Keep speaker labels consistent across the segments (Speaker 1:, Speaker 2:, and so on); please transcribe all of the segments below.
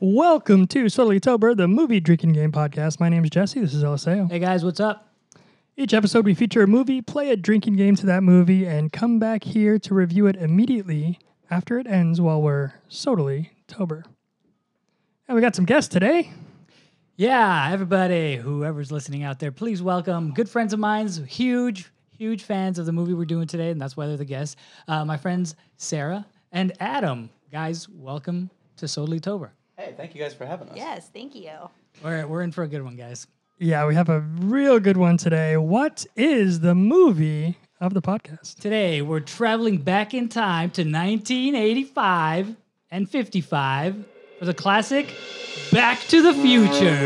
Speaker 1: Welcome to Subtly Tober, the movie drinking game podcast. My name is Jesse. This is LSAO.
Speaker 2: Hey guys, what's up?
Speaker 1: Each episode, we feature a movie, play a drinking game to that movie, and come back here to review it immediately after it ends while we're totally tober. And we got some guests today.
Speaker 2: Yeah, everybody, whoever's listening out there, please welcome good friends of mine's, huge, huge fans of the movie we're doing today, and that's why they're the guests. Uh, my friends Sarah and Adam. Guys, welcome to Sodley Tober.
Speaker 3: Hey, thank you guys for having us.
Speaker 4: Yes, thank you.
Speaker 2: We're, we're in for a good one, guys.
Speaker 1: Yeah, we have a real good one today. What is the movie of the podcast?
Speaker 2: Today, we're traveling back in time to 1985 and 55 for the classic Back to the Future.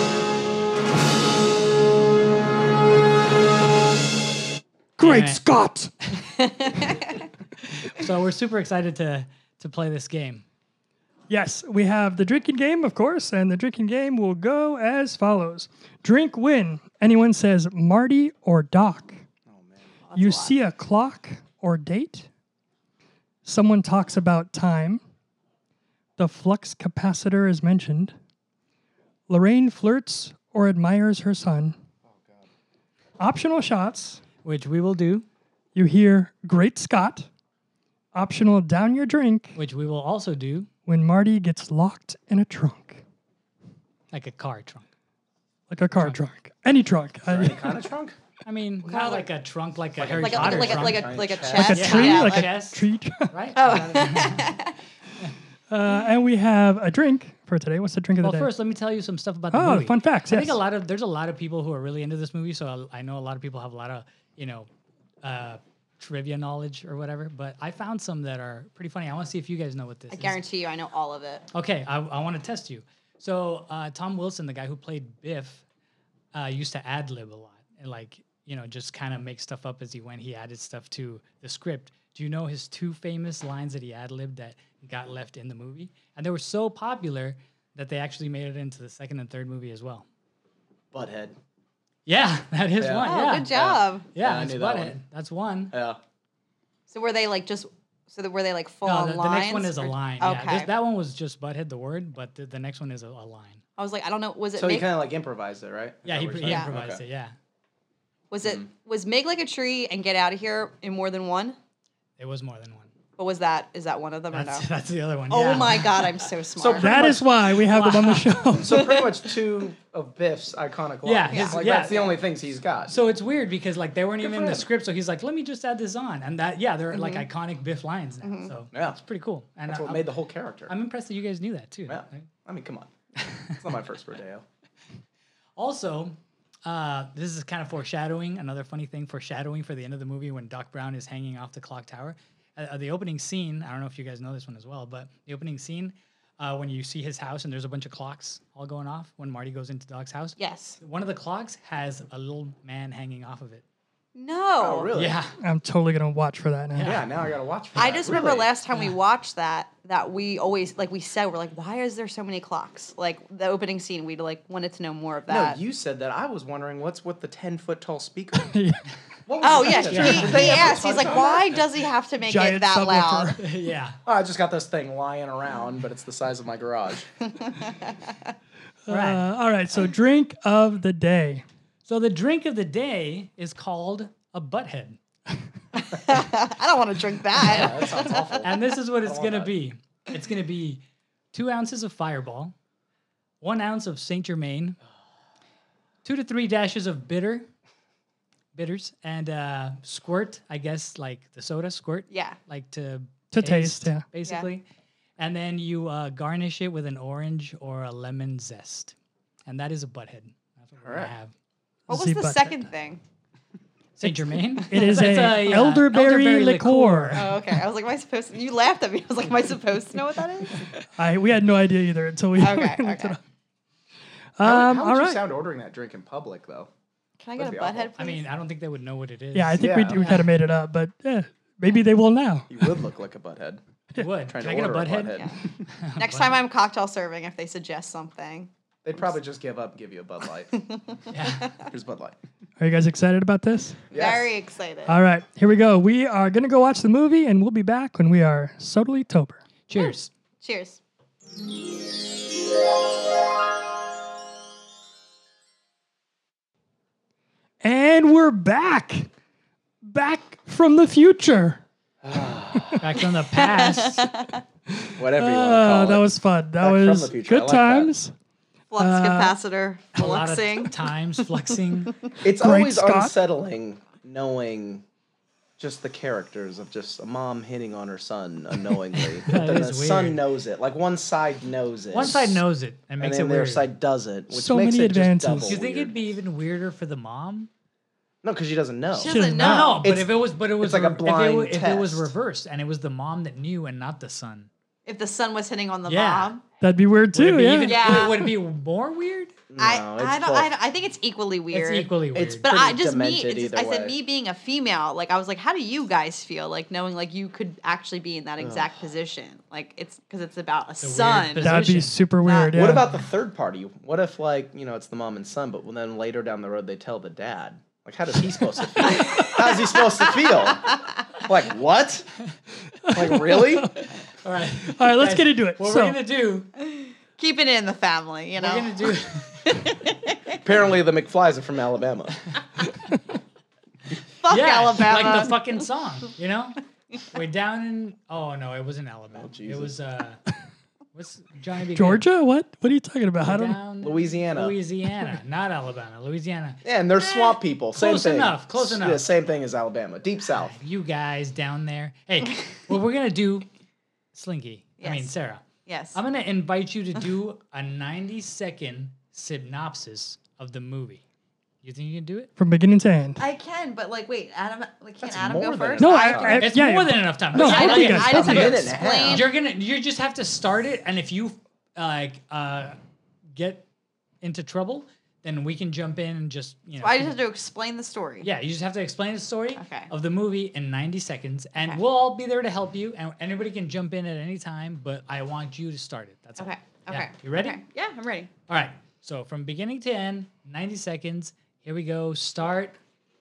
Speaker 1: Great
Speaker 2: Alright.
Speaker 1: Scott!
Speaker 2: So we're super excited to, to play this game.
Speaker 1: Yes, we have the drinking game, of course, and the drinking game will go as follows Drink win. Anyone says Marty or Doc. you see a clock or date. Someone talks about time. The flux capacitor is mentioned. Lorraine flirts or admires her son. Optional shots.
Speaker 2: which we will do,
Speaker 1: You hear Great Scott. Optional down your drink
Speaker 2: which we will also do,
Speaker 1: when Marty gets locked in a trunk,
Speaker 2: like a car trunk.
Speaker 1: like a car trunk, any trunk. I-
Speaker 3: Any kind of trunk?
Speaker 2: I mean, not like a trunk, like a Harry
Speaker 4: Like a,
Speaker 2: Potter
Speaker 4: like, a,
Speaker 2: trunk,
Speaker 4: like a Oh.
Speaker 3: Giant
Speaker 4: like a
Speaker 3: chest.
Speaker 1: like
Speaker 4: chest.
Speaker 1: a
Speaker 2: Yeah.
Speaker 1: tree,
Speaker 2: Yeah,
Speaker 1: like,
Speaker 2: like
Speaker 1: a
Speaker 2: this.
Speaker 1: tree. trunk.
Speaker 2: right?
Speaker 1: Uh, and we have a drink for today. What's the drink of the
Speaker 2: well,
Speaker 1: day?
Speaker 2: first, let me tell you some stuff about the
Speaker 1: Oh,
Speaker 2: movie.
Speaker 1: fun facts,
Speaker 2: I think
Speaker 1: yes.
Speaker 2: a lot of there's a lot of people who are really into this movie, so I, I know a lot of people have a lot of you know uh, trivia knowledge or whatever. But I found some that are pretty funny. I want to see if you guys know what this
Speaker 4: I
Speaker 2: is.
Speaker 4: guarantee you, I know all of it.
Speaker 2: Okay, I, I want to test you. So uh, Tom Wilson, the guy who played Biff, uh, used to ad lib a lot and like you know just kind of make stuff up as he went. He added stuff to the script. Do you know his two famous lines that he ad libbed that got left in the movie? And they were so popular that they actually made it into the second and third movie as well.
Speaker 3: Butthead.
Speaker 2: Yeah, that is
Speaker 3: Yeah.
Speaker 2: one.
Speaker 4: Oh,
Speaker 2: yeah,
Speaker 4: good job.
Speaker 2: yeah,
Speaker 3: Yeah, I
Speaker 2: that's
Speaker 3: knew that
Speaker 2: Butthead.
Speaker 3: one. Uh,
Speaker 2: That's one.
Speaker 3: Yeah.
Speaker 4: So were they like just? So that were they like full
Speaker 2: No,
Speaker 4: on
Speaker 2: the, the
Speaker 4: lines?
Speaker 2: next one is a
Speaker 4: or-
Speaker 2: line.
Speaker 4: Okay.
Speaker 2: Yeah, this, that one was just Butthead the word, but the, the next one is a, a line.
Speaker 4: I was like, I don't know. Was it
Speaker 3: So he
Speaker 4: Meg?
Speaker 3: kind of like improvised it, right?
Speaker 2: Yeah, he, pr- he
Speaker 4: Yeah.
Speaker 2: improvised it. Yeah,
Speaker 4: was
Speaker 3: Mm.
Speaker 4: it was Meg like a tree and get out of here in more than one?
Speaker 2: it was more than one.
Speaker 4: What was that? Is that one of them or
Speaker 2: That's,
Speaker 4: no?
Speaker 2: that's the other one.
Speaker 4: Oh
Speaker 2: yeah.
Speaker 4: my god, I'm so smart.
Speaker 1: That is why we have them on the show.
Speaker 3: So pretty much two of Biff's iconic lines.
Speaker 2: Yeah, his-
Speaker 3: like
Speaker 2: yeah.
Speaker 3: that's the only things he's got.
Speaker 2: So it's weird because like they weren't even in
Speaker 3: for
Speaker 2: the
Speaker 3: him.
Speaker 2: script, so he's like, "Let me just add this on," and that yeah, they're like iconic Biff lines now. So
Speaker 3: Yeah.
Speaker 2: it's pretty cool. And
Speaker 3: that's
Speaker 2: I,
Speaker 3: what made the whole character.
Speaker 2: I'm impressed that you guys knew that too.
Speaker 3: yeah. I mean, come on. It's not my first rodeo.
Speaker 2: Also, uh, this is kind of foreshadowing. Another funny thing, foreshadowing for the end of the movie when Doc Brown is hanging off the clock tower. Uh, uh, the opening scene. I don't know if you guys know this one as well, but the opening scene uh, when you see his house and there's a bunch of clocks all going off when Marty goes into Doc's house.
Speaker 3: Oh,
Speaker 4: yes.
Speaker 2: One of the clocks has a little man hanging off of it.
Speaker 4: No.
Speaker 3: Oh, really?
Speaker 2: Yeah.
Speaker 1: I'm totally gonna watch for that now.
Speaker 3: Yeah, now I gotta watch for
Speaker 4: I
Speaker 3: that.
Speaker 4: just remember
Speaker 3: Really?
Speaker 4: last time we watched that that we always like we said we're like why is there so many clocks like the opening scene we like wanted to know more of
Speaker 3: No,
Speaker 4: that.
Speaker 3: you said that. I was wondering what's with the 10 foot tall speaker.
Speaker 1: Yeah.
Speaker 3: What was
Speaker 4: Oh yeah,
Speaker 3: that?
Speaker 4: he,
Speaker 3: Did they
Speaker 4: he
Speaker 3: ever
Speaker 4: asked.
Speaker 3: touch
Speaker 4: He's like,
Speaker 3: on
Speaker 4: why
Speaker 3: that?
Speaker 4: does he have to make it
Speaker 1: Giant
Speaker 4: that
Speaker 1: subwoofer.
Speaker 4: loud?
Speaker 2: yeah.
Speaker 3: Oh, I just got this thing lying around, but it's the size of my garage.
Speaker 2: Right.
Speaker 1: Uh, all right. So drink of the day.
Speaker 2: So the drink of the day is called a butthead.
Speaker 4: I don't want to drink that.
Speaker 3: That sounds awful.
Speaker 2: And this is what it's
Speaker 3: want
Speaker 2: going to
Speaker 3: that.
Speaker 2: be. It's going to be two ounces of Fireball, one ounce of Saint Germain, two to three dashes of bitter, bitters, and uh, squirt, I guess, like the soda squirt.
Speaker 4: Yeah.
Speaker 2: Like to,
Speaker 1: To taste, yeah.
Speaker 2: Basically. And then you uh, garnish it with an orange or a lemon zest. And that is a butthead. That's what we're going
Speaker 3: Alright.
Speaker 2: to have.
Speaker 4: What was
Speaker 1: See,
Speaker 4: the
Speaker 1: but-
Speaker 4: second thing?
Speaker 2: Saint Germain.
Speaker 1: It is
Speaker 2: It's
Speaker 1: a,
Speaker 2: uh,
Speaker 1: elderberry, liqueur.
Speaker 4: Oh, okay. I was like, am I supposed to? You laughed at me. I was like, am I supposed to know what that is?
Speaker 1: I we had no idea either until we
Speaker 4: Okay.
Speaker 1: we looked
Speaker 4: Okay.
Speaker 1: it up.
Speaker 3: How,
Speaker 1: Um,
Speaker 3: how would
Speaker 1: all
Speaker 3: you
Speaker 1: right.
Speaker 3: sound ordering that drink in public, though?
Speaker 4: Can I get a
Speaker 3: That'd be awful.
Speaker 4: butthead? Please?
Speaker 2: I mean, I don't think they would know what it is.
Speaker 1: yeah, I think we,
Speaker 3: Yeah.
Speaker 1: we kind of made it up, but eh, maybe they will now.
Speaker 3: You would look like a butthead.
Speaker 2: would.
Speaker 3: Trying
Speaker 2: Can I
Speaker 3: to
Speaker 2: get a
Speaker 3: order
Speaker 2: butthead?
Speaker 4: next time I'm cocktail serving, if they suggest something,
Speaker 3: They They'd probably just give up and give you a Bud Light.
Speaker 2: Yeah.
Speaker 3: Here's Bud Light.
Speaker 1: Are you guys excited about this?
Speaker 3: Yes.
Speaker 4: Very excited.
Speaker 1: All right, here we go. We are going to go watch the movie and we'll be back when we are totally tober.
Speaker 2: Cheers.
Speaker 4: Cheers.
Speaker 1: And we're back. Back from the future.
Speaker 2: Back from the past.
Speaker 3: Whatever
Speaker 2: Uh,
Speaker 3: you want to
Speaker 1: Oh,
Speaker 3: call
Speaker 1: that
Speaker 3: it.
Speaker 1: was fun. That
Speaker 3: Back from
Speaker 1: was
Speaker 3: the future. I
Speaker 1: good
Speaker 3: like that.
Speaker 1: times.
Speaker 4: Flux capacitor.
Speaker 2: a lot of
Speaker 4: Fluxing.
Speaker 2: times fluxing.
Speaker 3: it's
Speaker 1: Great
Speaker 3: always
Speaker 1: Scott.
Speaker 3: unsettling knowing just the characters of just a mom hitting on her son unknowingly. but then the
Speaker 2: is
Speaker 3: son
Speaker 2: weird.
Speaker 3: knows it. Like one side knows it.
Speaker 2: One side knows it and
Speaker 3: and
Speaker 2: makes
Speaker 3: then
Speaker 2: it
Speaker 3: the other
Speaker 2: weird.
Speaker 3: side doesn't, which
Speaker 1: So
Speaker 3: makes
Speaker 1: many
Speaker 3: it
Speaker 1: advances.
Speaker 3: just double
Speaker 2: Do you think
Speaker 3: weird.
Speaker 2: it'd be even weirder for the mom?
Speaker 3: no? Because she doesn't know.
Speaker 4: She
Speaker 1: She does
Speaker 4: doesn't know.
Speaker 2: No, but
Speaker 3: It's-
Speaker 2: if it was, but it was
Speaker 3: like a
Speaker 2: re- if it
Speaker 3: blind
Speaker 2: wa- if, it, was
Speaker 3: test.
Speaker 2: reversed and it was the mom that knew and not the son,
Speaker 4: If the sun was hitting on the
Speaker 2: Yeah.
Speaker 4: mom.
Speaker 1: That'd be weird
Speaker 2: would it
Speaker 1: too.
Speaker 2: be
Speaker 1: Yeah.
Speaker 2: even?
Speaker 4: Yeah.
Speaker 2: Would it be more weird?
Speaker 4: I,
Speaker 3: No, it's
Speaker 4: I, don't,
Speaker 3: both.
Speaker 4: I don't. I think it's equally weird.
Speaker 2: It's equally weird.
Speaker 3: It's
Speaker 4: But I
Speaker 3: pretty
Speaker 4: just me.
Speaker 3: demented
Speaker 4: it's just-
Speaker 3: either
Speaker 4: I said
Speaker 3: way.
Speaker 4: me being a female. Like I was like, how do you guys feel? Like knowing like you could actually be in that exact position. Like it's because it's about
Speaker 2: weird
Speaker 4: a son.
Speaker 2: position.
Speaker 1: That'd be
Speaker 2: position.
Speaker 1: super
Speaker 4: That-
Speaker 1: weird. Yeah.
Speaker 3: What about the third party? What if like you know it's the mom and son, but then later down the road they tell the dad? Like how does he supposed to feel? How's he supposed to feel? Like what? Like really?
Speaker 2: All right.
Speaker 1: All right, let's get into it.
Speaker 2: What
Speaker 1: so,
Speaker 2: we're gonna do?
Speaker 4: Keeping it in the family. You know.
Speaker 2: We're gonna do.
Speaker 3: Apparently the McFlys are from Alabama.
Speaker 4: Fuck
Speaker 2: yeah,
Speaker 4: Alabama.
Speaker 2: like the fucking song, you know. We're down in. Oh no, it wasn't Alabama. it
Speaker 3: Jesus.
Speaker 2: was uh, what's Johnny? B. Good?
Speaker 1: Georgia? What? What are you talking about? I don't.
Speaker 2: Down
Speaker 3: Louisiana.
Speaker 2: Louisiana, not Alabama. Louisiana.
Speaker 3: Yeah, and they're swamp people. Same
Speaker 2: Eh, close
Speaker 3: thing.
Speaker 2: enough, close
Speaker 3: Yeah,
Speaker 2: enough.
Speaker 3: same thing as Alabama. Deep South.
Speaker 2: You guys down there. Hey, what we're gonna do, Slinky? I mean
Speaker 4: Yes.
Speaker 2: Sarah.
Speaker 4: yes.
Speaker 2: I'm gonna invite you to do a 90 second synopsis of the movie. You think you can do it?
Speaker 1: From beginning to end.
Speaker 4: I can, but like, wait, Adam. Like, can
Speaker 3: That's
Speaker 4: Adam
Speaker 3: more
Speaker 4: go
Speaker 3: than
Speaker 4: first?
Speaker 1: no,
Speaker 3: Oh,
Speaker 1: I.
Speaker 3: okay.
Speaker 1: I
Speaker 2: It's
Speaker 1: yeah,
Speaker 2: more
Speaker 1: yeah.
Speaker 2: than enough time.
Speaker 1: No,
Speaker 2: Just
Speaker 1: I
Speaker 2: like
Speaker 1: think
Speaker 2: it.
Speaker 1: it's
Speaker 4: I just have
Speaker 3: probably-
Speaker 4: to
Speaker 3: Minute and a half.
Speaker 4: explain.
Speaker 2: you're gonna you just have to start it, and if you like uh, get into trouble, then we can jump in and just you know.
Speaker 4: I just have to explain the story.
Speaker 2: yeah, you just have to explain the story
Speaker 4: Okay.
Speaker 2: of the movie in 90 seconds, and
Speaker 4: Okay.
Speaker 2: we'll all be there to help you. And anybody can jump in at any time, but I want you to start it. That's
Speaker 4: Okay.
Speaker 2: All.
Speaker 4: Okay.
Speaker 2: Yeah. You ready?
Speaker 4: Okay. Yeah, I'm ready.
Speaker 2: All right. So from beginning to end, 90 seconds. Here we go. Start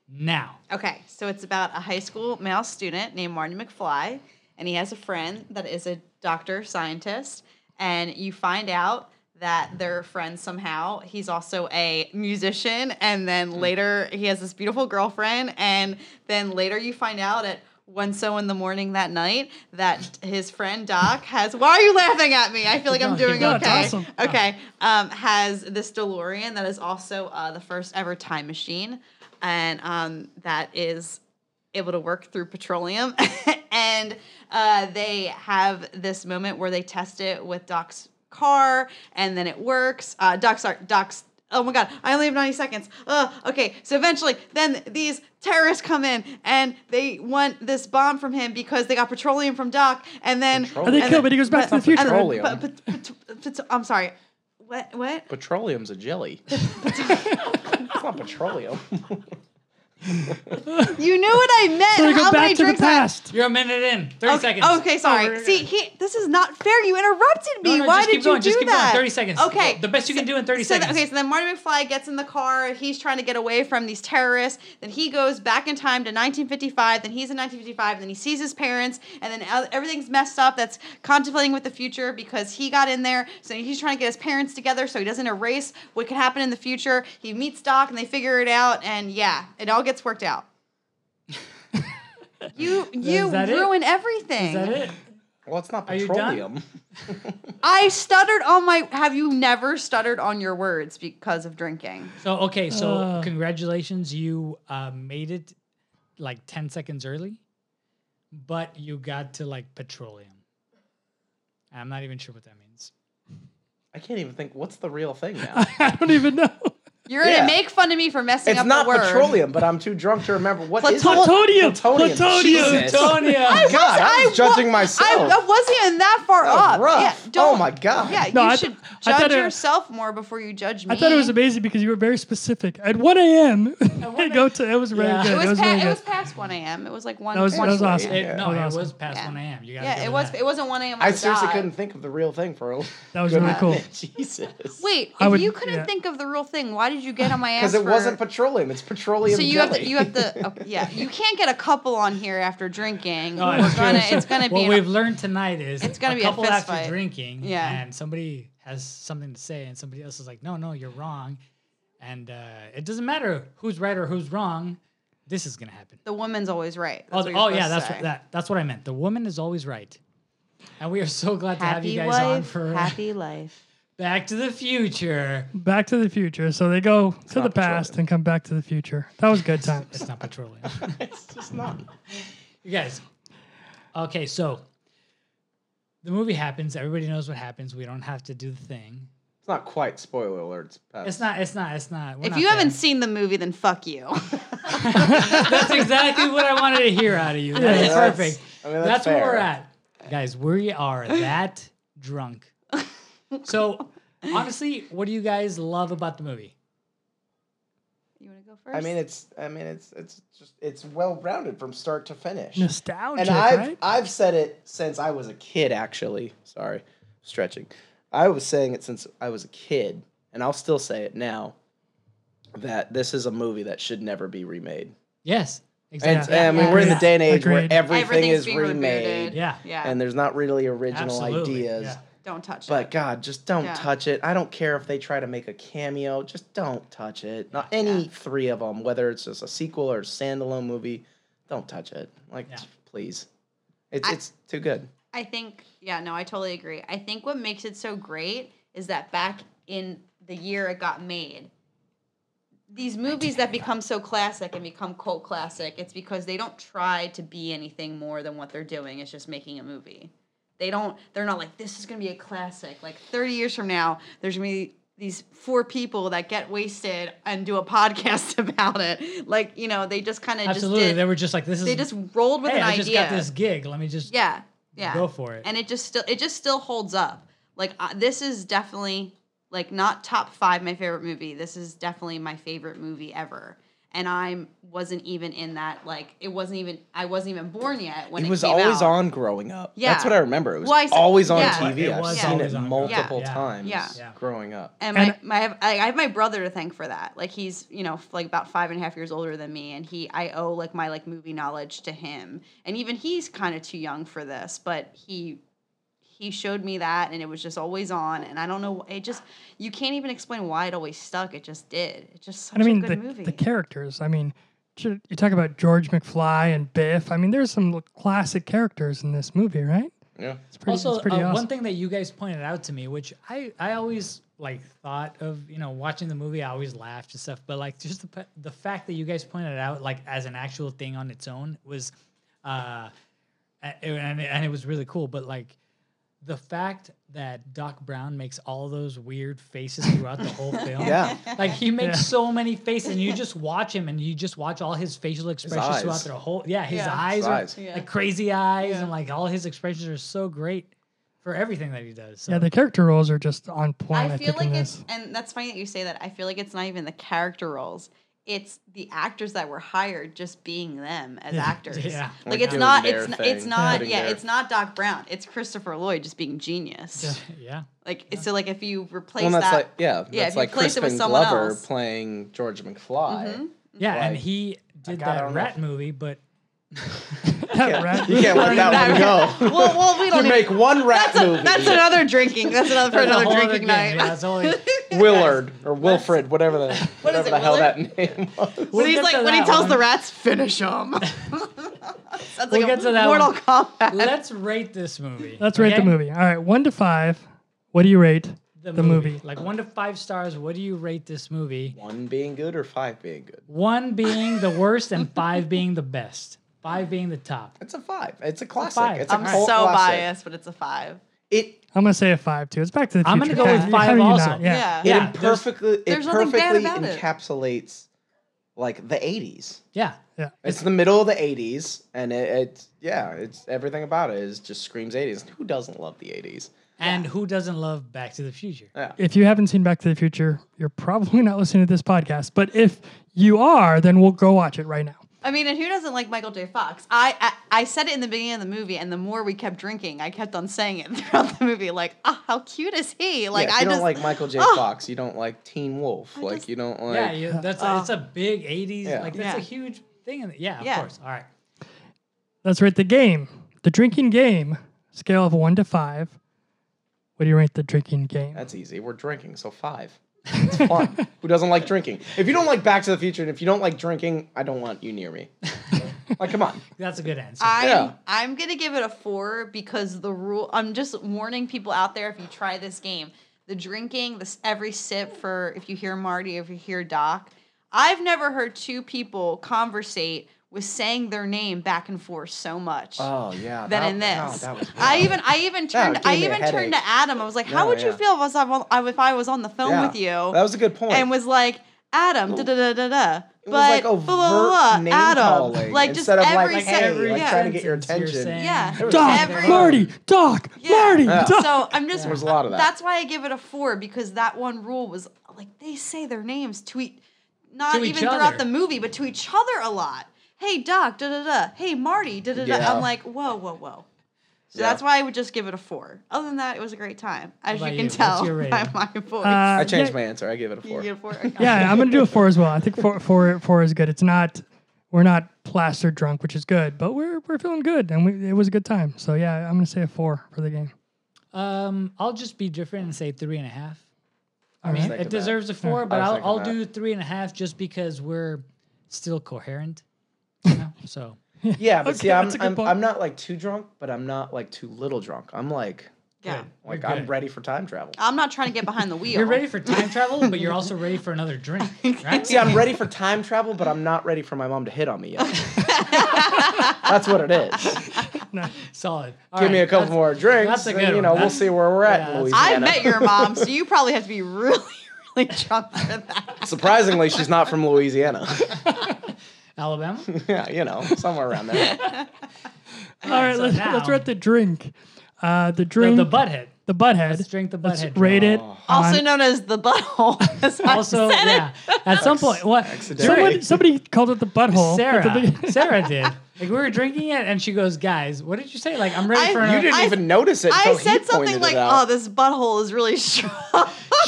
Speaker 2: now.
Speaker 4: Okay, so it's about a high school male student named Marty McFly, and he has a friend that is a doctor scientist, and you find out that they're friends somehow. He's also a musician, and then
Speaker 2: Hmm.
Speaker 4: later he has this beautiful girlfriend, and then later you find out at one so in the morning that night that his friend Doc has. Why are you laughing at me? I feel like
Speaker 2: going,
Speaker 4: I'm
Speaker 2: keep
Speaker 4: doing
Speaker 1: going.
Speaker 4: okay.
Speaker 1: That's awesome.
Speaker 4: Okay, um, has this DeLorean that is also uh, the first ever time machine, and um, that is able to work through petroleum. and uh, they have this moment where they test it with Doc's car, and then it works. Uh, Doc's, are- Doc's. Oh my God! I only have ninety seconds. Uh, okay, so eventually, then these terrorists come in and they want this bomb from him because they got petroleum from Doc, and then
Speaker 1: And they
Speaker 3: And
Speaker 1: kill, but he goes back to the future.
Speaker 3: petroleum.
Speaker 4: but, but, but, but- I'm sorry. What? What?
Speaker 3: Petroleum's a jelly. it's not petroleum.
Speaker 4: You knew what I meant.
Speaker 1: So we go
Speaker 4: How many
Speaker 1: back to the
Speaker 4: drinks I-
Speaker 1: past.
Speaker 2: You're a minute in. 30
Speaker 4: Okay,
Speaker 2: seconds.
Speaker 4: okay, sorry.
Speaker 2: Oh, we're-
Speaker 4: See, he, this is not fair. You interrupted me.
Speaker 2: no,
Speaker 4: Why
Speaker 2: just
Speaker 4: did
Speaker 2: keep going,
Speaker 4: you
Speaker 2: just
Speaker 4: do
Speaker 2: keep going.
Speaker 4: that?
Speaker 2: 30 seconds.
Speaker 4: Okay.
Speaker 2: The best you can do in 30
Speaker 4: so th-
Speaker 2: seconds.
Speaker 4: okay, so then Marty McFly gets in the car. He's trying to get away from these terrorists. Then he goes back in time to 1955. Then he's in 1955. Then he sees his parents. And then el- everything's messed up. That's contemplating with the future because he got in there. So he's trying to get his parents together so he doesn't erase what could happen in the future. He meets Doc and they figure it out. And yeah, it all gets worked out. you you
Speaker 2: that it?
Speaker 4: ruin everything.
Speaker 2: Is that it?
Speaker 3: Well, it's not
Speaker 2: you done?
Speaker 3: petroleum.
Speaker 4: I stuttered on my. Have you never stuttered on your words because of drinking?
Speaker 2: So, okay, so
Speaker 1: Uh.
Speaker 2: congratulations. You uh, made it like 10 seconds early, but you got to like petroleum. I'm not even sure what that means.
Speaker 3: I can't even think. What's the real thing now?
Speaker 1: I don't even know.
Speaker 4: You're gonna
Speaker 3: Yeah.
Speaker 4: make fun of me for messing
Speaker 3: It's
Speaker 4: up
Speaker 3: not
Speaker 4: the word.
Speaker 3: petroleum, but I'm too drunk to remember what is it?
Speaker 1: Plutonium.
Speaker 3: Plutonium.
Speaker 1: Plutonium.
Speaker 3: Jesus.
Speaker 2: Antonia.
Speaker 3: God, I was
Speaker 4: I wa-
Speaker 3: judging
Speaker 4: I, oh
Speaker 3: myself.
Speaker 4: I wasn't even that far
Speaker 3: That was
Speaker 4: off.
Speaker 3: rough.
Speaker 4: Yeah,
Speaker 3: Oh
Speaker 4: don't,
Speaker 3: my God.
Speaker 4: Yeah,
Speaker 1: No,
Speaker 4: you
Speaker 1: I th-
Speaker 4: should
Speaker 1: I thought
Speaker 4: judge
Speaker 1: it-
Speaker 4: yourself more before you judge me.
Speaker 1: I thought it was amazing because you were very specific. At 1 a.m., they go to. It was really
Speaker 2: Yeah.
Speaker 1: good.
Speaker 4: It was, pa-
Speaker 1: really
Speaker 4: it
Speaker 1: good.
Speaker 4: was past 1 a.m. It was like 1
Speaker 1: was- that was awesome.
Speaker 2: It, no,
Speaker 1: Hold on a
Speaker 2: it
Speaker 1: second.
Speaker 2: was past
Speaker 4: Yeah.
Speaker 2: 1 a.m. You gotta
Speaker 4: Yeah,
Speaker 2: give
Speaker 4: it was.
Speaker 2: that.
Speaker 4: It wasn't 1 a.m. on
Speaker 3: I
Speaker 4: the
Speaker 3: seriously
Speaker 4: dot.
Speaker 3: couldn't think of the real thing for a
Speaker 1: that was
Speaker 3: good
Speaker 1: really
Speaker 3: minute.
Speaker 1: cool.
Speaker 3: Jesus.
Speaker 4: Wait,
Speaker 1: I
Speaker 4: if
Speaker 1: would-
Speaker 4: you couldn't
Speaker 1: yeah.
Speaker 4: think of the real thing, why did you get on my ass?
Speaker 3: Because it
Speaker 4: for-
Speaker 3: wasn't petroleum. It's petroleum
Speaker 4: So you
Speaker 3: jelly.
Speaker 4: have to, you have to, oh, yeah. You can't get a couple on here after drinking.
Speaker 2: No,
Speaker 4: We're
Speaker 2: it's true.
Speaker 4: gonna, it's gonna be.
Speaker 2: what
Speaker 4: an-
Speaker 2: we've learned tonight is
Speaker 4: It's gonna
Speaker 2: a
Speaker 4: be a
Speaker 2: couple
Speaker 4: fist
Speaker 2: after
Speaker 4: fight.
Speaker 2: drinking,
Speaker 4: Yeah.
Speaker 2: and somebody has something to say, and somebody else is like, "No, no, you're wrong," and uh, it doesn't matter who's right or who's wrong. This is gonna happen.
Speaker 4: the woman's always
Speaker 2: Oh,
Speaker 4: right. That's what
Speaker 2: th-
Speaker 4: you're
Speaker 2: oh yeah,
Speaker 4: supposed to
Speaker 2: that's
Speaker 4: say.
Speaker 2: what, that. That's what I meant. The woman is always right, and we are so glad to have
Speaker 4: Happy
Speaker 2: you guys on
Speaker 4: life,
Speaker 2: for
Speaker 4: happy life.
Speaker 2: Back to the Future.
Speaker 1: Back to the future. So they go to
Speaker 3: not
Speaker 1: the past
Speaker 3: petroleum.
Speaker 1: and come back to the future. That was good times.
Speaker 2: It's not petroleum.
Speaker 3: it's just not.
Speaker 2: you guys. Okay, so the movie happens. Everybody knows what happens. We don't have to do the thing.
Speaker 3: It's not quite spoiler alerts.
Speaker 2: It's not. It's not. It's not. we're
Speaker 4: If
Speaker 2: not
Speaker 4: you
Speaker 2: there.
Speaker 4: haven't seen the movie, then fuck you.
Speaker 2: That's exactly what I wanted to hear out of you. That is
Speaker 3: that's-
Speaker 2: perfect.
Speaker 3: I mean, that's
Speaker 2: that's where we're
Speaker 3: fair.
Speaker 2: at. Guys, we are that drunk. So, honestly, what do you guys love about the movie?
Speaker 4: you want to go first?
Speaker 3: I mean, it's. I mean, it's. It's just. It's well rounded from start to finish.
Speaker 1: Nostalgic,
Speaker 3: and I've
Speaker 1: right?
Speaker 3: I've said it since I was a kid. Actually, sorry, stretching. I was saying it since I was a kid, and I'll still say it now. That this is a movie that should never be remade.
Speaker 2: Yes,
Speaker 3: And,
Speaker 2: exactly.
Speaker 1: Yeah.
Speaker 3: and I mean, we're in the day and age where
Speaker 1: Agreed.
Speaker 3: everything
Speaker 4: Everything's
Speaker 3: is
Speaker 4: being
Speaker 3: remade,
Speaker 4: rebooted.
Speaker 2: Yeah.
Speaker 4: yeah,
Speaker 3: and there's not really original
Speaker 2: Absolutely.
Speaker 3: ideas.
Speaker 2: Yeah.
Speaker 4: don't touch
Speaker 3: But
Speaker 4: it.
Speaker 3: God, just don't
Speaker 4: Yeah.
Speaker 3: touch it. I don't care if they try to make a cameo. Just don't touch it. Not any three of them, whether it's just a sequel or a standalone movie. Don't touch it. Like,
Speaker 2: Yeah.
Speaker 3: please. It's
Speaker 4: I-
Speaker 3: it's too good.
Speaker 4: I think, yeah, no, I totally agree. I think what makes it so great is that back in the year it got made, these movies that become so classic and become cult classic, it's because they don't try to be anything more than what they're doing. It's just making a movie. They don't, they're not like, this is going to be a classic. Like 30 years from now, there's going to be these four people that get wasted and do a podcast about it. Like, you know, they just kind of just
Speaker 2: Absolutely.
Speaker 4: did,
Speaker 2: they were just like, this is.
Speaker 4: they just rolled with
Speaker 2: hey,
Speaker 4: an
Speaker 2: I
Speaker 4: idea.
Speaker 2: just got this gig. Let me just.
Speaker 4: Yeah, yeah.
Speaker 2: Go for it.
Speaker 4: And it just still it just still holds up. Like uh, this is definitely like not top five my favorite movie. This is definitely my favorite movie ever. And I wasn't even in that like it wasn't even I wasn't even born yet when it,
Speaker 3: It was
Speaker 4: came
Speaker 3: always
Speaker 4: out.
Speaker 3: on growing up. That's
Speaker 4: Yeah.
Speaker 3: what I remember. It was
Speaker 4: Well, I s-
Speaker 3: always on
Speaker 4: yeah.
Speaker 3: TV.
Speaker 2: It
Speaker 3: I've
Speaker 2: was
Speaker 3: seen
Speaker 2: always
Speaker 3: it
Speaker 2: on growing up.
Speaker 3: multiple
Speaker 2: Yeah.
Speaker 3: times
Speaker 4: Yeah.
Speaker 2: Yeah.
Speaker 3: growing up.
Speaker 4: And,
Speaker 1: And-
Speaker 4: my, my I I have my brother to thank for that. Like he's you know f- like about five and a half years older than me, and he I owe like my like movie knowledge to him. And even he's kind of too young for this, but he he showed me that, and it was just always on. And I don't know, it just you can't even explain why it always stuck. It just did. It's just such
Speaker 1: And I mean
Speaker 4: a good
Speaker 1: the,
Speaker 4: movie.
Speaker 1: the characters. I mean, j- you talk about George McFly and Biff. I mean, there's some classic characters in this movie, right?
Speaker 3: Yeah.
Speaker 1: It's pretty.
Speaker 2: also,
Speaker 1: it's pretty
Speaker 2: uh,
Speaker 1: awesome.
Speaker 2: one thing that you guys pointed out to me, which I I always like thought of, you know, watching the movie, I always laughed and stuff. But like, just the pa- the fact that you guys pointed it out, like as an actual thing on its own, was, uh, a- and and it was really cool. But like, the fact that Doc Brown makes all those weird faces throughout the whole film,
Speaker 3: Yeah.
Speaker 2: like he makes
Speaker 1: Yeah.
Speaker 2: so many faces, and you just watch him, and you just watch all his facial expressions
Speaker 3: eyes.
Speaker 2: throughout the whole. Yeah, his
Speaker 4: Yeah.
Speaker 2: eyes
Speaker 3: His
Speaker 2: are
Speaker 3: eyes.
Speaker 4: Yeah.
Speaker 2: like crazy eyes, and like all his expressions are so great for everything that he does. So.
Speaker 1: yeah, the character roles are just on point. I,
Speaker 4: I feel
Speaker 1: think, in
Speaker 4: like
Speaker 1: this.
Speaker 4: it's, and that's funny that you say that. I feel like it's not even the character roles. It's the actors that were hired just being them as actors.
Speaker 2: Yeah.
Speaker 4: Like
Speaker 3: Like
Speaker 4: it's
Speaker 3: doing
Speaker 4: not
Speaker 3: their
Speaker 4: it's n-
Speaker 3: thing,
Speaker 4: it's not
Speaker 3: putting
Speaker 4: yeah,
Speaker 3: their-
Speaker 4: it's not Doc Brown. It's Christopher Lloyd just being genius.
Speaker 2: yeah.
Speaker 4: Like so like if you replace
Speaker 3: Well, that's
Speaker 4: that
Speaker 3: like yeah,
Speaker 4: yeah,
Speaker 3: that's
Speaker 4: if you
Speaker 3: like
Speaker 4: replace it
Speaker 3: Crispin
Speaker 4: with someone
Speaker 3: Glover
Speaker 4: else. Mm-hmm.
Speaker 3: playing George McFly.
Speaker 2: Yeah, and
Speaker 3: Like,
Speaker 2: he did
Speaker 3: God, I
Speaker 2: that
Speaker 3: don't know
Speaker 2: rat movie, but
Speaker 1: that
Speaker 3: Yeah.
Speaker 1: rat
Speaker 3: You can't let that one go.
Speaker 4: Well, well, we
Speaker 3: You
Speaker 4: don't need-
Speaker 3: make one rat
Speaker 4: that's,
Speaker 3: movie.
Speaker 4: a, that's another drinking. That's another for
Speaker 2: That's a
Speaker 4: another
Speaker 2: whole other
Speaker 4: drinking
Speaker 2: game.
Speaker 4: night.
Speaker 2: Yeah, that's always,
Speaker 3: Willard or Wilfred, whatever the whatever
Speaker 4: it,
Speaker 3: the hell that name was.
Speaker 4: When
Speaker 2: We'll
Speaker 4: he's
Speaker 2: get
Speaker 4: like
Speaker 2: to
Speaker 4: when he
Speaker 2: that
Speaker 4: tells
Speaker 2: one.
Speaker 4: the rats, finish them. That's
Speaker 2: We'll
Speaker 4: like
Speaker 2: get
Speaker 4: a
Speaker 2: to that
Speaker 4: Mortal
Speaker 2: one.
Speaker 4: Kombat.
Speaker 2: let's rate this movie.
Speaker 1: Let's rate the
Speaker 2: okay?
Speaker 1: movie. All right, one to five. What do you rate
Speaker 2: The,
Speaker 1: movie?
Speaker 2: movie. Like one to five stars. What do you rate this movie?
Speaker 3: One being good or five being good.
Speaker 2: One being the worst and five being the best. Five being the top.
Speaker 3: It's a five. It's a classic.
Speaker 2: five.
Speaker 3: It's a
Speaker 4: I'm
Speaker 3: cult
Speaker 4: so
Speaker 3: classic.
Speaker 4: biased, but it's a five.
Speaker 3: It
Speaker 1: I'm gonna say a five too. It's Back to the Future.
Speaker 2: I'm gonna go with
Speaker 1: How
Speaker 2: five
Speaker 1: do you
Speaker 2: also.
Speaker 1: not? Yeah.
Speaker 4: Yeah.
Speaker 3: it
Speaker 2: Yeah, there's-
Speaker 3: perfectly it
Speaker 4: there's nothing bad
Speaker 3: perfectly
Speaker 4: about it.
Speaker 3: encapsulates like the 80s.
Speaker 2: Yeah.
Speaker 3: It's, the middle of the 80s and it, it's yeah, it's everything about it is just screams 80s. Who doesn't love the 80s?
Speaker 2: And who doesn't love Back to the Future?
Speaker 3: Yeah.
Speaker 1: If you haven't seen Back to the Future, you're probably not listening to this podcast. But if you are, then we'll go watch it right now.
Speaker 4: I mean, and who doesn't like Michael J. Fox? I, I I said it in the beginning of the movie, and the more we kept drinking, I kept on saying it throughout the movie. Like, oh, how cute is he? Like,
Speaker 3: yeah, if
Speaker 4: I
Speaker 3: you don't
Speaker 4: just
Speaker 3: like Michael J.
Speaker 4: oh.
Speaker 3: Fox, you don't like Teen Wolf, like
Speaker 4: just-
Speaker 3: you don't like
Speaker 2: yeah, you, that's a, it's a big '80s.
Speaker 3: Yeah.
Speaker 2: Like that's a
Speaker 4: uh, Yeah.
Speaker 2: huge thing. In the, yeah, of
Speaker 4: Yeah.
Speaker 2: course. All right.
Speaker 1: Let's rate the game. The drinking game scale of one to five. What do you rate the drinking game?
Speaker 3: That's easy. We're drinking, so five. It's fun. Who doesn't like drinking? If you don't like Back to the Future and if you don't like drinking, I don't want you near me. like, come on.
Speaker 2: That's a good answer.
Speaker 4: I'm,
Speaker 3: Yeah.
Speaker 4: I'm gonna give it a four because the rule. I'm just warning people out there if you try this game, the drinking, this every sip for if you hear Marty, if you hear Doc. I've never heard two people conversate with saying their name back and forth so much.
Speaker 3: Oh yeah.
Speaker 4: than in this.
Speaker 3: wow, that was
Speaker 4: I even I even turned
Speaker 3: it gave
Speaker 4: I
Speaker 3: me a
Speaker 4: even turned
Speaker 3: headache.
Speaker 4: to Adam. I was like, "How
Speaker 3: No,
Speaker 4: would you
Speaker 3: yeah.
Speaker 4: feel if I was on- I- if I was on the phone
Speaker 3: Yeah.
Speaker 4: with you?"
Speaker 3: That was a good point.
Speaker 4: and was like, "Adam, da da da da da."
Speaker 3: It
Speaker 4: But
Speaker 3: was like overt
Speaker 4: blah, blah, blah,
Speaker 3: name
Speaker 4: Adam,
Speaker 3: calling
Speaker 4: like just
Speaker 3: instead of
Speaker 4: every
Speaker 3: like, hey,
Speaker 4: second,
Speaker 2: every
Speaker 3: like
Speaker 4: yeah.
Speaker 3: trying to get your
Speaker 2: sentence you're
Speaker 3: attention.
Speaker 2: saying.
Speaker 4: Yeah.
Speaker 3: There was
Speaker 1: Doc,
Speaker 3: something about
Speaker 4: Every-
Speaker 3: it.
Speaker 1: Marty, Doc,
Speaker 4: Yeah.
Speaker 1: Marty,
Speaker 3: Yeah.
Speaker 1: Doc.
Speaker 4: So I'm just
Speaker 3: There was a lot of that.
Speaker 4: That's why I give it a four because that one rule was like they say their names to each, not
Speaker 2: To each
Speaker 4: even throughout
Speaker 2: other.
Speaker 4: the movie, but to each other a lot. Hey Doc, da da da. Hey Marty, da da da.
Speaker 3: Yeah.
Speaker 4: I'm like, whoa, whoa, whoa. So
Speaker 3: Yeah.
Speaker 4: that's why I would just give it a four. Other than that, it was a great time, as you
Speaker 2: about
Speaker 4: can
Speaker 2: you? What's
Speaker 4: tell
Speaker 2: your rating?
Speaker 4: by my voice.
Speaker 1: Uh,
Speaker 3: I changed
Speaker 1: yeah.
Speaker 3: my answer. I give it a
Speaker 4: you
Speaker 3: four.
Speaker 4: get a four? Okay.
Speaker 1: yeah, I'm gonna do a four as well. I think four, four, four is good. It's not we're not plastered drunk, which is good, but we're we're feeling good, and we, it was a good time. So yeah, I'm gonna say a four for the game.
Speaker 2: Um, I'll just be different and say three and a half. I
Speaker 3: was
Speaker 2: mean,
Speaker 3: thinking
Speaker 2: it
Speaker 3: that.
Speaker 2: deserves a four, but
Speaker 3: was
Speaker 2: I'll,
Speaker 3: thinking
Speaker 2: I'll
Speaker 3: that.
Speaker 2: do three and a half just because we're still coherent. You know? so
Speaker 3: Yeah, but
Speaker 1: Okay,
Speaker 3: see, I'm
Speaker 1: that's a good
Speaker 3: I'm,
Speaker 1: point.
Speaker 3: I'm not like too drunk, but I'm not like too little drunk. I'm like
Speaker 4: Yeah.
Speaker 3: like
Speaker 2: You're
Speaker 3: I'm
Speaker 2: good.
Speaker 3: ready for time travel.
Speaker 4: I'm not trying to get behind the wheel.
Speaker 2: you're ready for time travel, but you're also ready for another drink, right?
Speaker 3: See, I'm ready for time travel, but I'm not ready for my mom to hit on me yet. That's what it is.
Speaker 2: Solid. All
Speaker 3: Give me
Speaker 2: right,
Speaker 3: a couple
Speaker 2: that's-
Speaker 3: more drinks,
Speaker 2: that's a
Speaker 3: and,
Speaker 2: good
Speaker 3: you
Speaker 2: one.
Speaker 3: know, we'll
Speaker 2: That's-
Speaker 3: see where we're at.
Speaker 2: yeah,
Speaker 3: in
Speaker 2: that's-
Speaker 4: I
Speaker 3: Louisiana.
Speaker 4: met your mom, so you probably have to be really, really drunk for that.
Speaker 3: Surprisingly, she's not from Louisiana.
Speaker 2: Alabama.
Speaker 3: yeah, you know, somewhere around there.
Speaker 1: All right,
Speaker 2: so
Speaker 1: let's,
Speaker 2: now-
Speaker 1: let's rate the drink. Uh, the
Speaker 2: The,
Speaker 1: drink,
Speaker 2: the butthead.
Speaker 1: the butthead.
Speaker 2: Let's drink the
Speaker 1: Let's
Speaker 2: butthead.
Speaker 1: rate
Speaker 3: Oh.
Speaker 1: it.
Speaker 4: Also
Speaker 1: on-
Speaker 4: known as the butthole. That's why I
Speaker 2: also,
Speaker 4: said it.
Speaker 2: yeah. At some point, what?
Speaker 1: Someone, somebody called it the butthole. at the
Speaker 2: Sarah,
Speaker 1: beginning.
Speaker 2: Sarah did. Like we were drinking it, and she goes, "Guys, what did you say? Like I'm ready
Speaker 4: I-
Speaker 2: for."
Speaker 3: You
Speaker 2: another-"
Speaker 3: didn't
Speaker 4: I-
Speaker 3: even notice it.
Speaker 4: I
Speaker 3: until he
Speaker 4: said something
Speaker 3: pointed
Speaker 4: like,
Speaker 3: it out. Oh,
Speaker 4: "Oh, this butthole is really strong."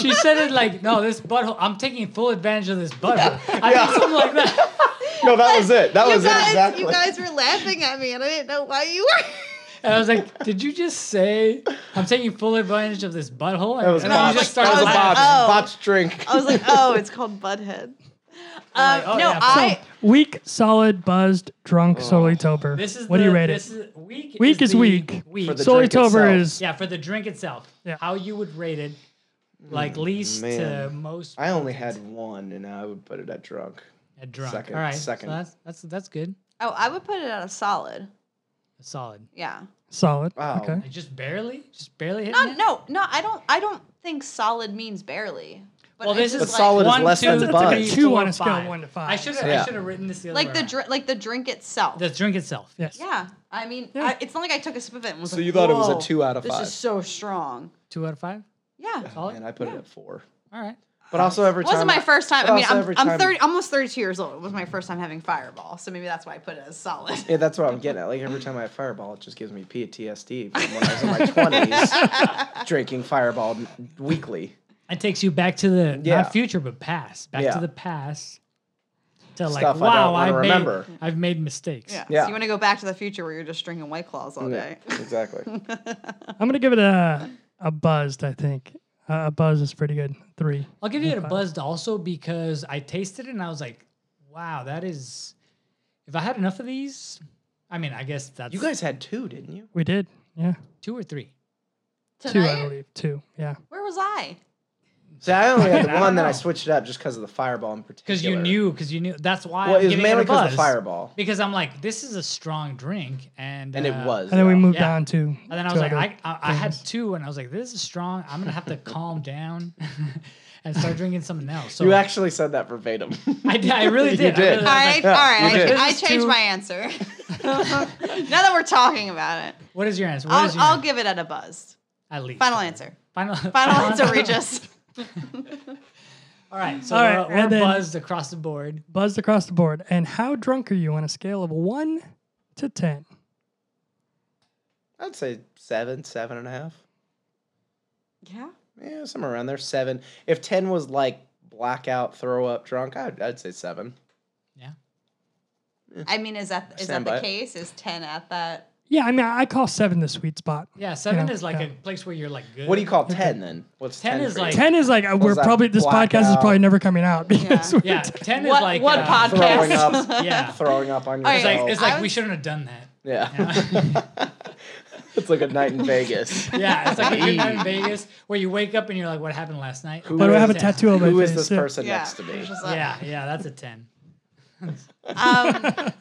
Speaker 2: She said it like, "No, this butthole. I'm taking full advantage of this butthole." I think something like that.
Speaker 3: no, that was it. That
Speaker 4: you
Speaker 3: was
Speaker 4: guys,
Speaker 3: it exactly.
Speaker 4: you guys were laughing at me, and I didn't know why you were.
Speaker 2: And I was like, "Did you just say I'm taking full advantage of this butthole?" And,
Speaker 3: that was,
Speaker 2: and
Speaker 3: no,
Speaker 2: then
Speaker 4: I
Speaker 2: you
Speaker 4: was
Speaker 2: just
Speaker 4: like,
Speaker 2: started
Speaker 3: that was a
Speaker 4: like,
Speaker 3: botch,
Speaker 4: oh.
Speaker 3: botch drink.
Speaker 4: I was like, "Oh, it's called Butthead." Um,
Speaker 2: oh,
Speaker 4: no,
Speaker 2: yeah,
Speaker 4: I.
Speaker 1: Weak, solid, buzzed, drunk,
Speaker 3: Oh.
Speaker 1: solely tober.
Speaker 2: This is
Speaker 1: what
Speaker 2: the,
Speaker 1: do you rate
Speaker 2: this
Speaker 1: it?
Speaker 2: is- weak.
Speaker 1: Weak is
Speaker 2: the-
Speaker 1: weak.
Speaker 2: Weak.
Speaker 3: For the
Speaker 1: Solely
Speaker 3: drink
Speaker 1: tober
Speaker 3: itself.
Speaker 1: is
Speaker 2: yeah, for the drink itself.
Speaker 1: Yeah.
Speaker 2: How you would rate it, like least to
Speaker 3: Mm, man.
Speaker 2: most.
Speaker 3: I only had one, and I would put it at drunk.
Speaker 2: a drunk.
Speaker 3: second-
Speaker 2: All right, so
Speaker 3: second.
Speaker 2: that's that's that's good.
Speaker 4: Oh, I would put it at a solid.
Speaker 2: Solid.
Speaker 4: Yeah.
Speaker 1: solid.
Speaker 3: Wow.
Speaker 1: Okay.
Speaker 2: Like just barely, just barely hitting.
Speaker 4: No,
Speaker 2: it?
Speaker 4: no, no. I don't. I don't think solid means barely. But
Speaker 2: Well, this is
Speaker 4: it's just
Speaker 3: But
Speaker 4: like,
Speaker 3: solid is
Speaker 2: one,
Speaker 3: less
Speaker 2: two,
Speaker 3: than
Speaker 2: three,
Speaker 3: bud.
Speaker 1: Two
Speaker 2: four,
Speaker 1: on a scale of
Speaker 2: five.
Speaker 1: one to five.
Speaker 2: I should have.
Speaker 3: Yeah.
Speaker 2: I should have written this the other
Speaker 4: like
Speaker 2: way
Speaker 4: the
Speaker 2: around.
Speaker 4: drink, like the drink itself.
Speaker 2: The drink itself.
Speaker 1: Yes.
Speaker 4: yeah, I mean,
Speaker 1: Yeah.
Speaker 4: I, it's not like I took a sip of it and was
Speaker 3: So
Speaker 4: like,
Speaker 3: you thought it was a
Speaker 4: "Whoa,
Speaker 3: two out of
Speaker 4: This
Speaker 3: five.
Speaker 4: is so strong.
Speaker 2: Two out of five.
Speaker 4: Yeah,
Speaker 2: Solid.
Speaker 3: And I put it at four.
Speaker 2: All right.
Speaker 3: But also every
Speaker 4: it
Speaker 3: time.
Speaker 4: wasn't my first time.
Speaker 3: but
Speaker 4: I mean,
Speaker 3: also
Speaker 4: I'm,
Speaker 3: every
Speaker 4: I'm
Speaker 3: time-
Speaker 4: 30, almost 32 years old. It was my first time having Fireball, so maybe that's why I put it as solid.
Speaker 3: Yeah, that's what I'm getting at. Like every time I have Fireball, it just gives me PTSD from when I was in my twenties, drinking Fireball weekly.
Speaker 2: It takes you back to the
Speaker 3: Yeah.
Speaker 2: not future but past, back
Speaker 3: Yeah.
Speaker 2: to the past. To like,
Speaker 3: Stuff I don't
Speaker 2: wow, I,
Speaker 3: wanna
Speaker 2: made,
Speaker 3: remember.
Speaker 2: I've made mistakes.
Speaker 4: Yeah.
Speaker 3: Yeah.
Speaker 4: So you want to go back to the future where you're just drinking White Claws all day?
Speaker 3: exactly.
Speaker 1: I'm gonna give it a a buzzed. I think uh, a buzz is pretty good. Three.
Speaker 2: I'll give you a buzzed also because I tasted it and I was like, wow, that is. If I had enough of these, I mean, I guess that's
Speaker 3: You guys had two, didn't you?
Speaker 1: We did. Yeah.
Speaker 2: two or three.
Speaker 1: Two, I
Speaker 4: Tonight?
Speaker 1: believe. Two. Yeah.
Speaker 4: Where was I?
Speaker 3: See, I only had the
Speaker 2: I don't
Speaker 3: one, then I
Speaker 2: know.
Speaker 3: switched it up just because of the fireball in particular.
Speaker 2: Because you knew, because you knew. That's why
Speaker 3: Well,
Speaker 2: I'm
Speaker 3: it was
Speaker 2: giving it
Speaker 3: mainly
Speaker 2: a
Speaker 3: because of
Speaker 2: buzz.
Speaker 3: the fireball,
Speaker 2: Because I'm like, this is a strong drink, and
Speaker 3: and
Speaker 2: uh,
Speaker 3: it was.
Speaker 1: And then we
Speaker 3: yeah.
Speaker 1: moved
Speaker 2: Yeah.
Speaker 1: on to.
Speaker 2: And then I
Speaker 1: to
Speaker 2: was like,
Speaker 1: other-
Speaker 2: I, I, I had two, and I was like, this is strong. I'm gonna have to calm down and start drinking something else. So
Speaker 3: You actually said that verbatim.
Speaker 2: I, did- I really
Speaker 3: You
Speaker 2: did. I
Speaker 3: did.
Speaker 2: really-
Speaker 4: All
Speaker 2: I
Speaker 4: right,
Speaker 2: was
Speaker 3: Yeah,
Speaker 4: all
Speaker 3: you
Speaker 4: right.
Speaker 3: did.
Speaker 4: I, I
Speaker 2: This is
Speaker 4: changed
Speaker 2: too-
Speaker 4: my answer. now that we're talking about it,
Speaker 2: like, what is your answer? What is
Speaker 4: I'll,
Speaker 2: your
Speaker 4: I'll
Speaker 2: answer?
Speaker 4: give it at a buzz.
Speaker 2: At least.
Speaker 4: Final answer.
Speaker 2: Final,
Speaker 4: Final answer, Regis.
Speaker 2: All right. So
Speaker 1: All
Speaker 2: we're,
Speaker 1: right,
Speaker 2: we're
Speaker 1: and then-
Speaker 2: buzzed across the board.
Speaker 1: buzzed across the board. And how drunk are you on a scale of one to ten?
Speaker 3: I'd say seven, seven and a half.
Speaker 4: Yeah.
Speaker 3: Yeah, somewhere around there. Seven. If ten was like blackout, throw up, drunk, I'd, I'd say seven.
Speaker 4: I mean, is that is that
Speaker 3: stand by
Speaker 4: the
Speaker 3: it.
Speaker 4: case? Is ten at that?
Speaker 1: Yeah, I mean, I call seven the sweet spot.
Speaker 2: Yeah, seven
Speaker 1: Yeah,
Speaker 2: is like
Speaker 1: yeah.
Speaker 2: a place where you're like good.
Speaker 3: What do you call ten then? What's
Speaker 2: 10
Speaker 3: ten?
Speaker 2: is
Speaker 3: for you?
Speaker 2: like-
Speaker 1: Ten is like uh, we're
Speaker 3: that
Speaker 1: probably this podcast is
Speaker 3: blackout?
Speaker 1: probably never coming out because we're-
Speaker 2: Yeah, ten is
Speaker 4: What
Speaker 2: like
Speaker 4: what
Speaker 2: uh,
Speaker 3: throwing
Speaker 4: podcast?
Speaker 3: up.
Speaker 2: Yeah,
Speaker 3: throwing up on
Speaker 4: All right,
Speaker 2: it's like
Speaker 3: yourself.
Speaker 2: it's
Speaker 4: I
Speaker 2: like we
Speaker 4: was-
Speaker 2: shouldn't have done that.
Speaker 3: yeah. it's like a night in Vegas.
Speaker 2: Yeah, it's like a good night in Vegas where you wake up and you're like, what happened last night?
Speaker 3: Who
Speaker 1: but I
Speaker 3: is-
Speaker 1: have a
Speaker 2: Yeah.
Speaker 1: tattoo on my
Speaker 3: Who is
Speaker 1: face.
Speaker 3: this
Speaker 1: yeah.
Speaker 3: person
Speaker 4: Yeah.
Speaker 3: next to me?
Speaker 4: It's just like-
Speaker 2: Yeah, yeah, that's a ten.
Speaker 4: Um, yeah,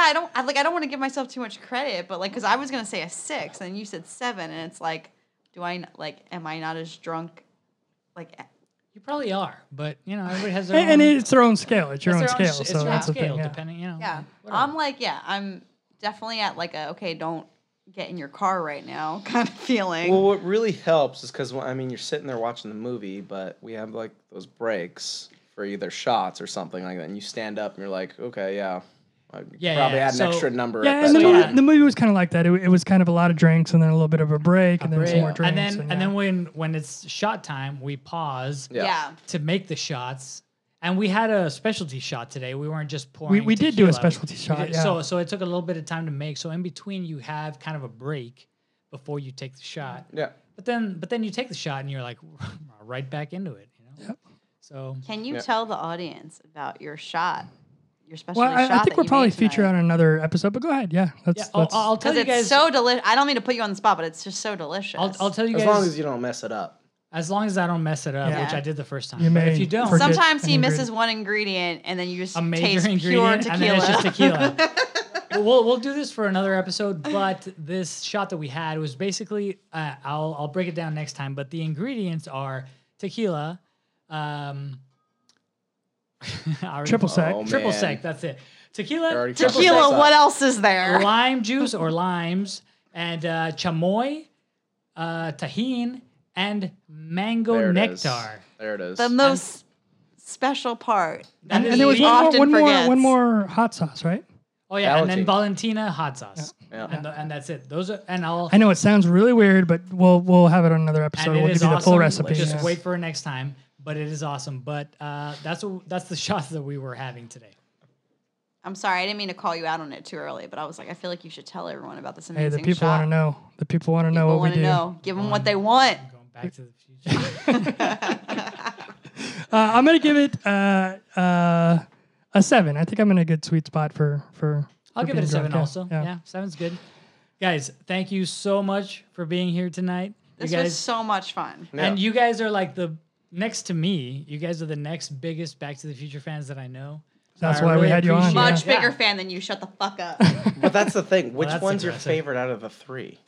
Speaker 4: I don't I, like. I don't want to give myself too much credit, but like, because I was gonna say a six, and you said seven, and it's like, do I n- like? Am I not as drunk? Like, eh,
Speaker 2: You probably are, but you know, everybody has their
Speaker 1: And, and
Speaker 2: own.
Speaker 1: it's their own scale. It's your
Speaker 2: it's
Speaker 1: own scale.
Speaker 2: their s-
Speaker 1: so
Speaker 2: it's their own
Speaker 1: that's the
Speaker 2: scale,
Speaker 1: thing. Yeah.
Speaker 2: depending, you know.
Speaker 4: yeah,
Speaker 2: whatever.
Speaker 4: I'm like, yeah, I'm definitely at like a okay, don't get in your car right now kind of feeling.
Speaker 3: Well, what really helps is because I mean you're sitting there watching the movie, but we have like those breaks for either shots or something like that, and you stand up and you're like, okay, yeah, I
Speaker 2: Yeah,
Speaker 3: probably
Speaker 2: yeah,
Speaker 3: had an
Speaker 2: so-
Speaker 3: extra number.
Speaker 1: Yeah,
Speaker 3: at
Speaker 1: and
Speaker 3: that
Speaker 1: the
Speaker 2: Yeah.
Speaker 3: time.
Speaker 1: movie, the movie was kind of like that. It, w- it was kind of a lot of drinks and then a little bit of a break and then some
Speaker 2: Right.
Speaker 1: more drinks.
Speaker 2: and then and
Speaker 1: yeah.
Speaker 2: then when when it's shot time, we pause
Speaker 3: Yeah.
Speaker 4: yeah.
Speaker 2: to make the shots. And we had a specialty shot today. We weren't just pouring.
Speaker 1: we, we did do a
Speaker 2: tequila.
Speaker 1: specialty
Speaker 2: We
Speaker 1: shot.
Speaker 2: did-
Speaker 1: Yeah.
Speaker 2: So so it took a little bit of time to make. So in between, you have kind of a break before you take the shot.
Speaker 3: Yeah.
Speaker 2: But then but then you take the shot and you're like right back into it. You know. So
Speaker 4: Can you
Speaker 3: Yeah.
Speaker 4: tell the audience about your shot, your special
Speaker 1: well, I,
Speaker 4: shot?
Speaker 1: I think
Speaker 4: that
Speaker 1: we'll
Speaker 4: you
Speaker 1: probably
Speaker 4: made tonight?
Speaker 1: feature on another episode. But go ahead. Yeah, that's
Speaker 2: yeah, I'll,
Speaker 1: that's
Speaker 2: I'll tell
Speaker 4: Because
Speaker 2: you
Speaker 4: it's
Speaker 2: guys.
Speaker 4: so delicious. I don't mean to put you on the spot, but it's just so delicious.
Speaker 2: I'll, I'll tell you
Speaker 3: As
Speaker 2: guys
Speaker 3: long as you don't mess it up.
Speaker 2: as long as I don't mess it up,
Speaker 1: Yeah.
Speaker 2: which I did the first time.
Speaker 1: You
Speaker 2: But
Speaker 1: may
Speaker 2: if you don't,
Speaker 1: forget
Speaker 4: Sometimes
Speaker 1: an
Speaker 4: he
Speaker 1: ingredient.
Speaker 4: misses one ingredient, and then you just
Speaker 2: a major
Speaker 4: taste
Speaker 2: ingredient,
Speaker 4: pure
Speaker 2: and then
Speaker 4: tequila.
Speaker 2: it's just tequila. Well, we'll we'll do this for another episode, but this shot that we had was basically uh, I'll I'll break it down next time. But the ingredients are tequila, um, I already-
Speaker 1: Triple sec.
Speaker 3: Oh,
Speaker 2: triple
Speaker 3: man.
Speaker 2: sec. That's it.
Speaker 3: I
Speaker 2: Tequila,
Speaker 3: already
Speaker 2: triple
Speaker 3: covered
Speaker 2: sec,
Speaker 4: tequila. What else is there?
Speaker 2: lime juice or limes, and uh, chamoy, uh, tahine, and mango
Speaker 3: There it is.
Speaker 2: nectar.
Speaker 3: There it is.
Speaker 4: The most special part.
Speaker 2: That
Speaker 1: and,
Speaker 2: is
Speaker 1: and there was
Speaker 2: the-
Speaker 1: one, more,
Speaker 4: often
Speaker 1: one more
Speaker 4: forgets.
Speaker 1: one more hot sauce, right?
Speaker 2: Oh yeah, and then
Speaker 3: Valentine.
Speaker 2: Valentina hot sauce,
Speaker 3: Yeah.
Speaker 2: and, th- and that's it. Those are and I'll
Speaker 1: I know it sounds really weird, but we'll we'll have it on another
Speaker 2: and
Speaker 1: episode.
Speaker 2: it
Speaker 1: We'll
Speaker 2: is
Speaker 1: give you the
Speaker 2: awesome.
Speaker 1: full recipe.
Speaker 2: Just
Speaker 1: yeah.
Speaker 2: wait for next time, but it is awesome. But uh, that's what, that's the shots that we were having today.
Speaker 4: I'm sorry, I didn't mean to call you out on it too early, but I was like, I feel like you should tell everyone about this
Speaker 1: Hey,
Speaker 4: amazing
Speaker 1: the people
Speaker 4: shot.
Speaker 1: want to know. The people want to know
Speaker 4: People
Speaker 1: what we
Speaker 4: wanna
Speaker 1: do.
Speaker 4: know. Give them what they want.
Speaker 2: Going back to the future.
Speaker 1: Uh, I'm gonna give it uh, uh, a seven. I think I'm in a good sweet spot for for.
Speaker 2: I'll
Speaker 1: for
Speaker 2: give
Speaker 1: being
Speaker 2: it a seven.
Speaker 1: drunk, yeah,
Speaker 2: Also, yeah. seven's good. Guys, thank you so much for being here tonight.
Speaker 4: This
Speaker 2: you guys,
Speaker 4: was so much fun.
Speaker 3: Yeah.
Speaker 2: and you guys are like the next to me. You guys are the next biggest Back to the Future fans that I know. So
Speaker 1: That's
Speaker 2: I
Speaker 1: why we had you on,
Speaker 2: appreciate-
Speaker 1: yeah.
Speaker 4: Much
Speaker 2: Yeah.
Speaker 4: bigger fan than you. Shut the fuck up.
Speaker 3: but that's the thing. Which
Speaker 2: that's
Speaker 3: one's
Speaker 2: aggressive.
Speaker 3: your favorite out of the three?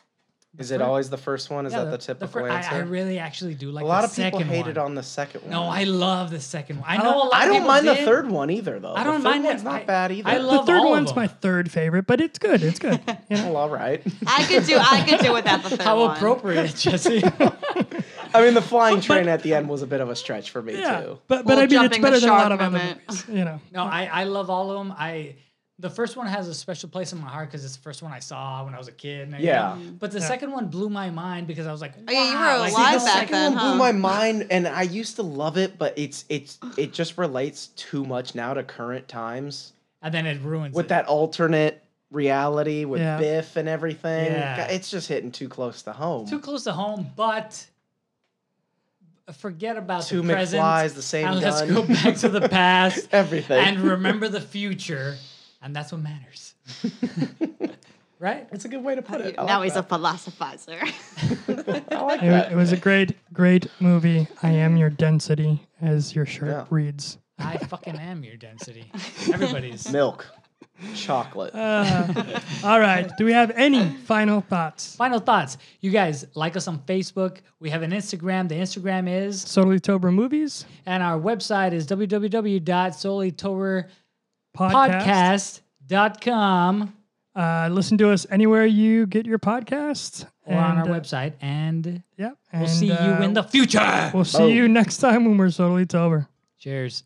Speaker 3: Is it
Speaker 2: fir-
Speaker 3: always the first one? Is
Speaker 2: Yeah,
Speaker 3: that the
Speaker 2: the
Speaker 3: typical
Speaker 2: fir- I-
Speaker 3: answer?
Speaker 2: I, really actually do like
Speaker 3: a lot
Speaker 2: the
Speaker 3: of people
Speaker 2: second
Speaker 3: hated
Speaker 2: one.
Speaker 3: on the second one.
Speaker 2: No, I love the second one. I know a lot.
Speaker 3: I
Speaker 2: of
Speaker 3: don't
Speaker 2: people
Speaker 3: mind the
Speaker 2: did.
Speaker 3: third one either, though.
Speaker 2: I
Speaker 3: The
Speaker 2: don't
Speaker 3: third
Speaker 2: mind it.
Speaker 3: one's not
Speaker 2: I-
Speaker 3: bad either.
Speaker 2: I
Speaker 1: The
Speaker 2: love
Speaker 1: third
Speaker 2: all of
Speaker 1: one's
Speaker 2: them.
Speaker 1: my third favorite, but it's good. It's good. You know?
Speaker 3: Well, all right.
Speaker 4: I could do. I could do without the third
Speaker 2: How
Speaker 4: one.
Speaker 2: appropriate, Jesse.
Speaker 3: I mean, the flying train at the end was a bit of a stretch for me
Speaker 1: yeah,
Speaker 3: too.
Speaker 1: but but
Speaker 4: Well,
Speaker 1: I mean, it's
Speaker 4: jumping the
Speaker 1: better than a lot
Speaker 4: shark
Speaker 1: of other
Speaker 4: moment.
Speaker 1: movies. You know.
Speaker 2: no, I, I love all of them. I the first one has a special place in my heart because it's the first one I saw when I was a kid. and, you
Speaker 3: Yeah.
Speaker 2: know. But the second one blew my mind because I was like, wow,
Speaker 4: Oh, Mm-hmm. yeah, you were
Speaker 2: like, this
Speaker 4: alive
Speaker 3: the
Speaker 2: is
Speaker 4: back
Speaker 2: like-
Speaker 3: second
Speaker 4: then,
Speaker 3: one
Speaker 4: huh?
Speaker 3: blew my mind, and I used to love it, but it's it's it just relates too much now to current times
Speaker 2: And then it ruins
Speaker 3: with
Speaker 2: it.
Speaker 3: that alternate reality with
Speaker 1: Yeah.
Speaker 3: Biff and everything.
Speaker 2: Yeah.
Speaker 3: God, It's just hitting too close to home.
Speaker 2: Too close to home, but forget about
Speaker 3: Two
Speaker 2: the present.
Speaker 3: McFlys, the same
Speaker 2: and let's
Speaker 3: gun.
Speaker 2: go back to the past
Speaker 3: everything.
Speaker 2: and remember the future, and that's what matters. right?
Speaker 3: That's a good way to put it. I
Speaker 4: now
Speaker 3: like
Speaker 4: he's
Speaker 3: that.
Speaker 4: a philosophizer.
Speaker 3: I like
Speaker 1: It, wa-
Speaker 3: that.
Speaker 1: it was a great, great movie. I am your density, as your shirt
Speaker 3: Yeah.
Speaker 1: reads.
Speaker 2: I fucking am your density. Everybody's.
Speaker 3: Milk, chocolate.
Speaker 1: Uh, all right. Do we have any final thoughts?
Speaker 2: Final thoughts. You guys like us on Facebook. We have an Instagram. The Instagram is,
Speaker 1: Solely Tober Movies
Speaker 2: and our website is www.solitowerpodcast.com.
Speaker 1: podcast. Uh, listen to us anywhere you get your podcasts.
Speaker 2: Or on our
Speaker 1: and, uh,
Speaker 2: website, and
Speaker 1: Yep.
Speaker 2: we'll see you in the future.
Speaker 1: We'll see
Speaker 3: Oh.
Speaker 1: you next time when we're totally sober.
Speaker 2: Cheers.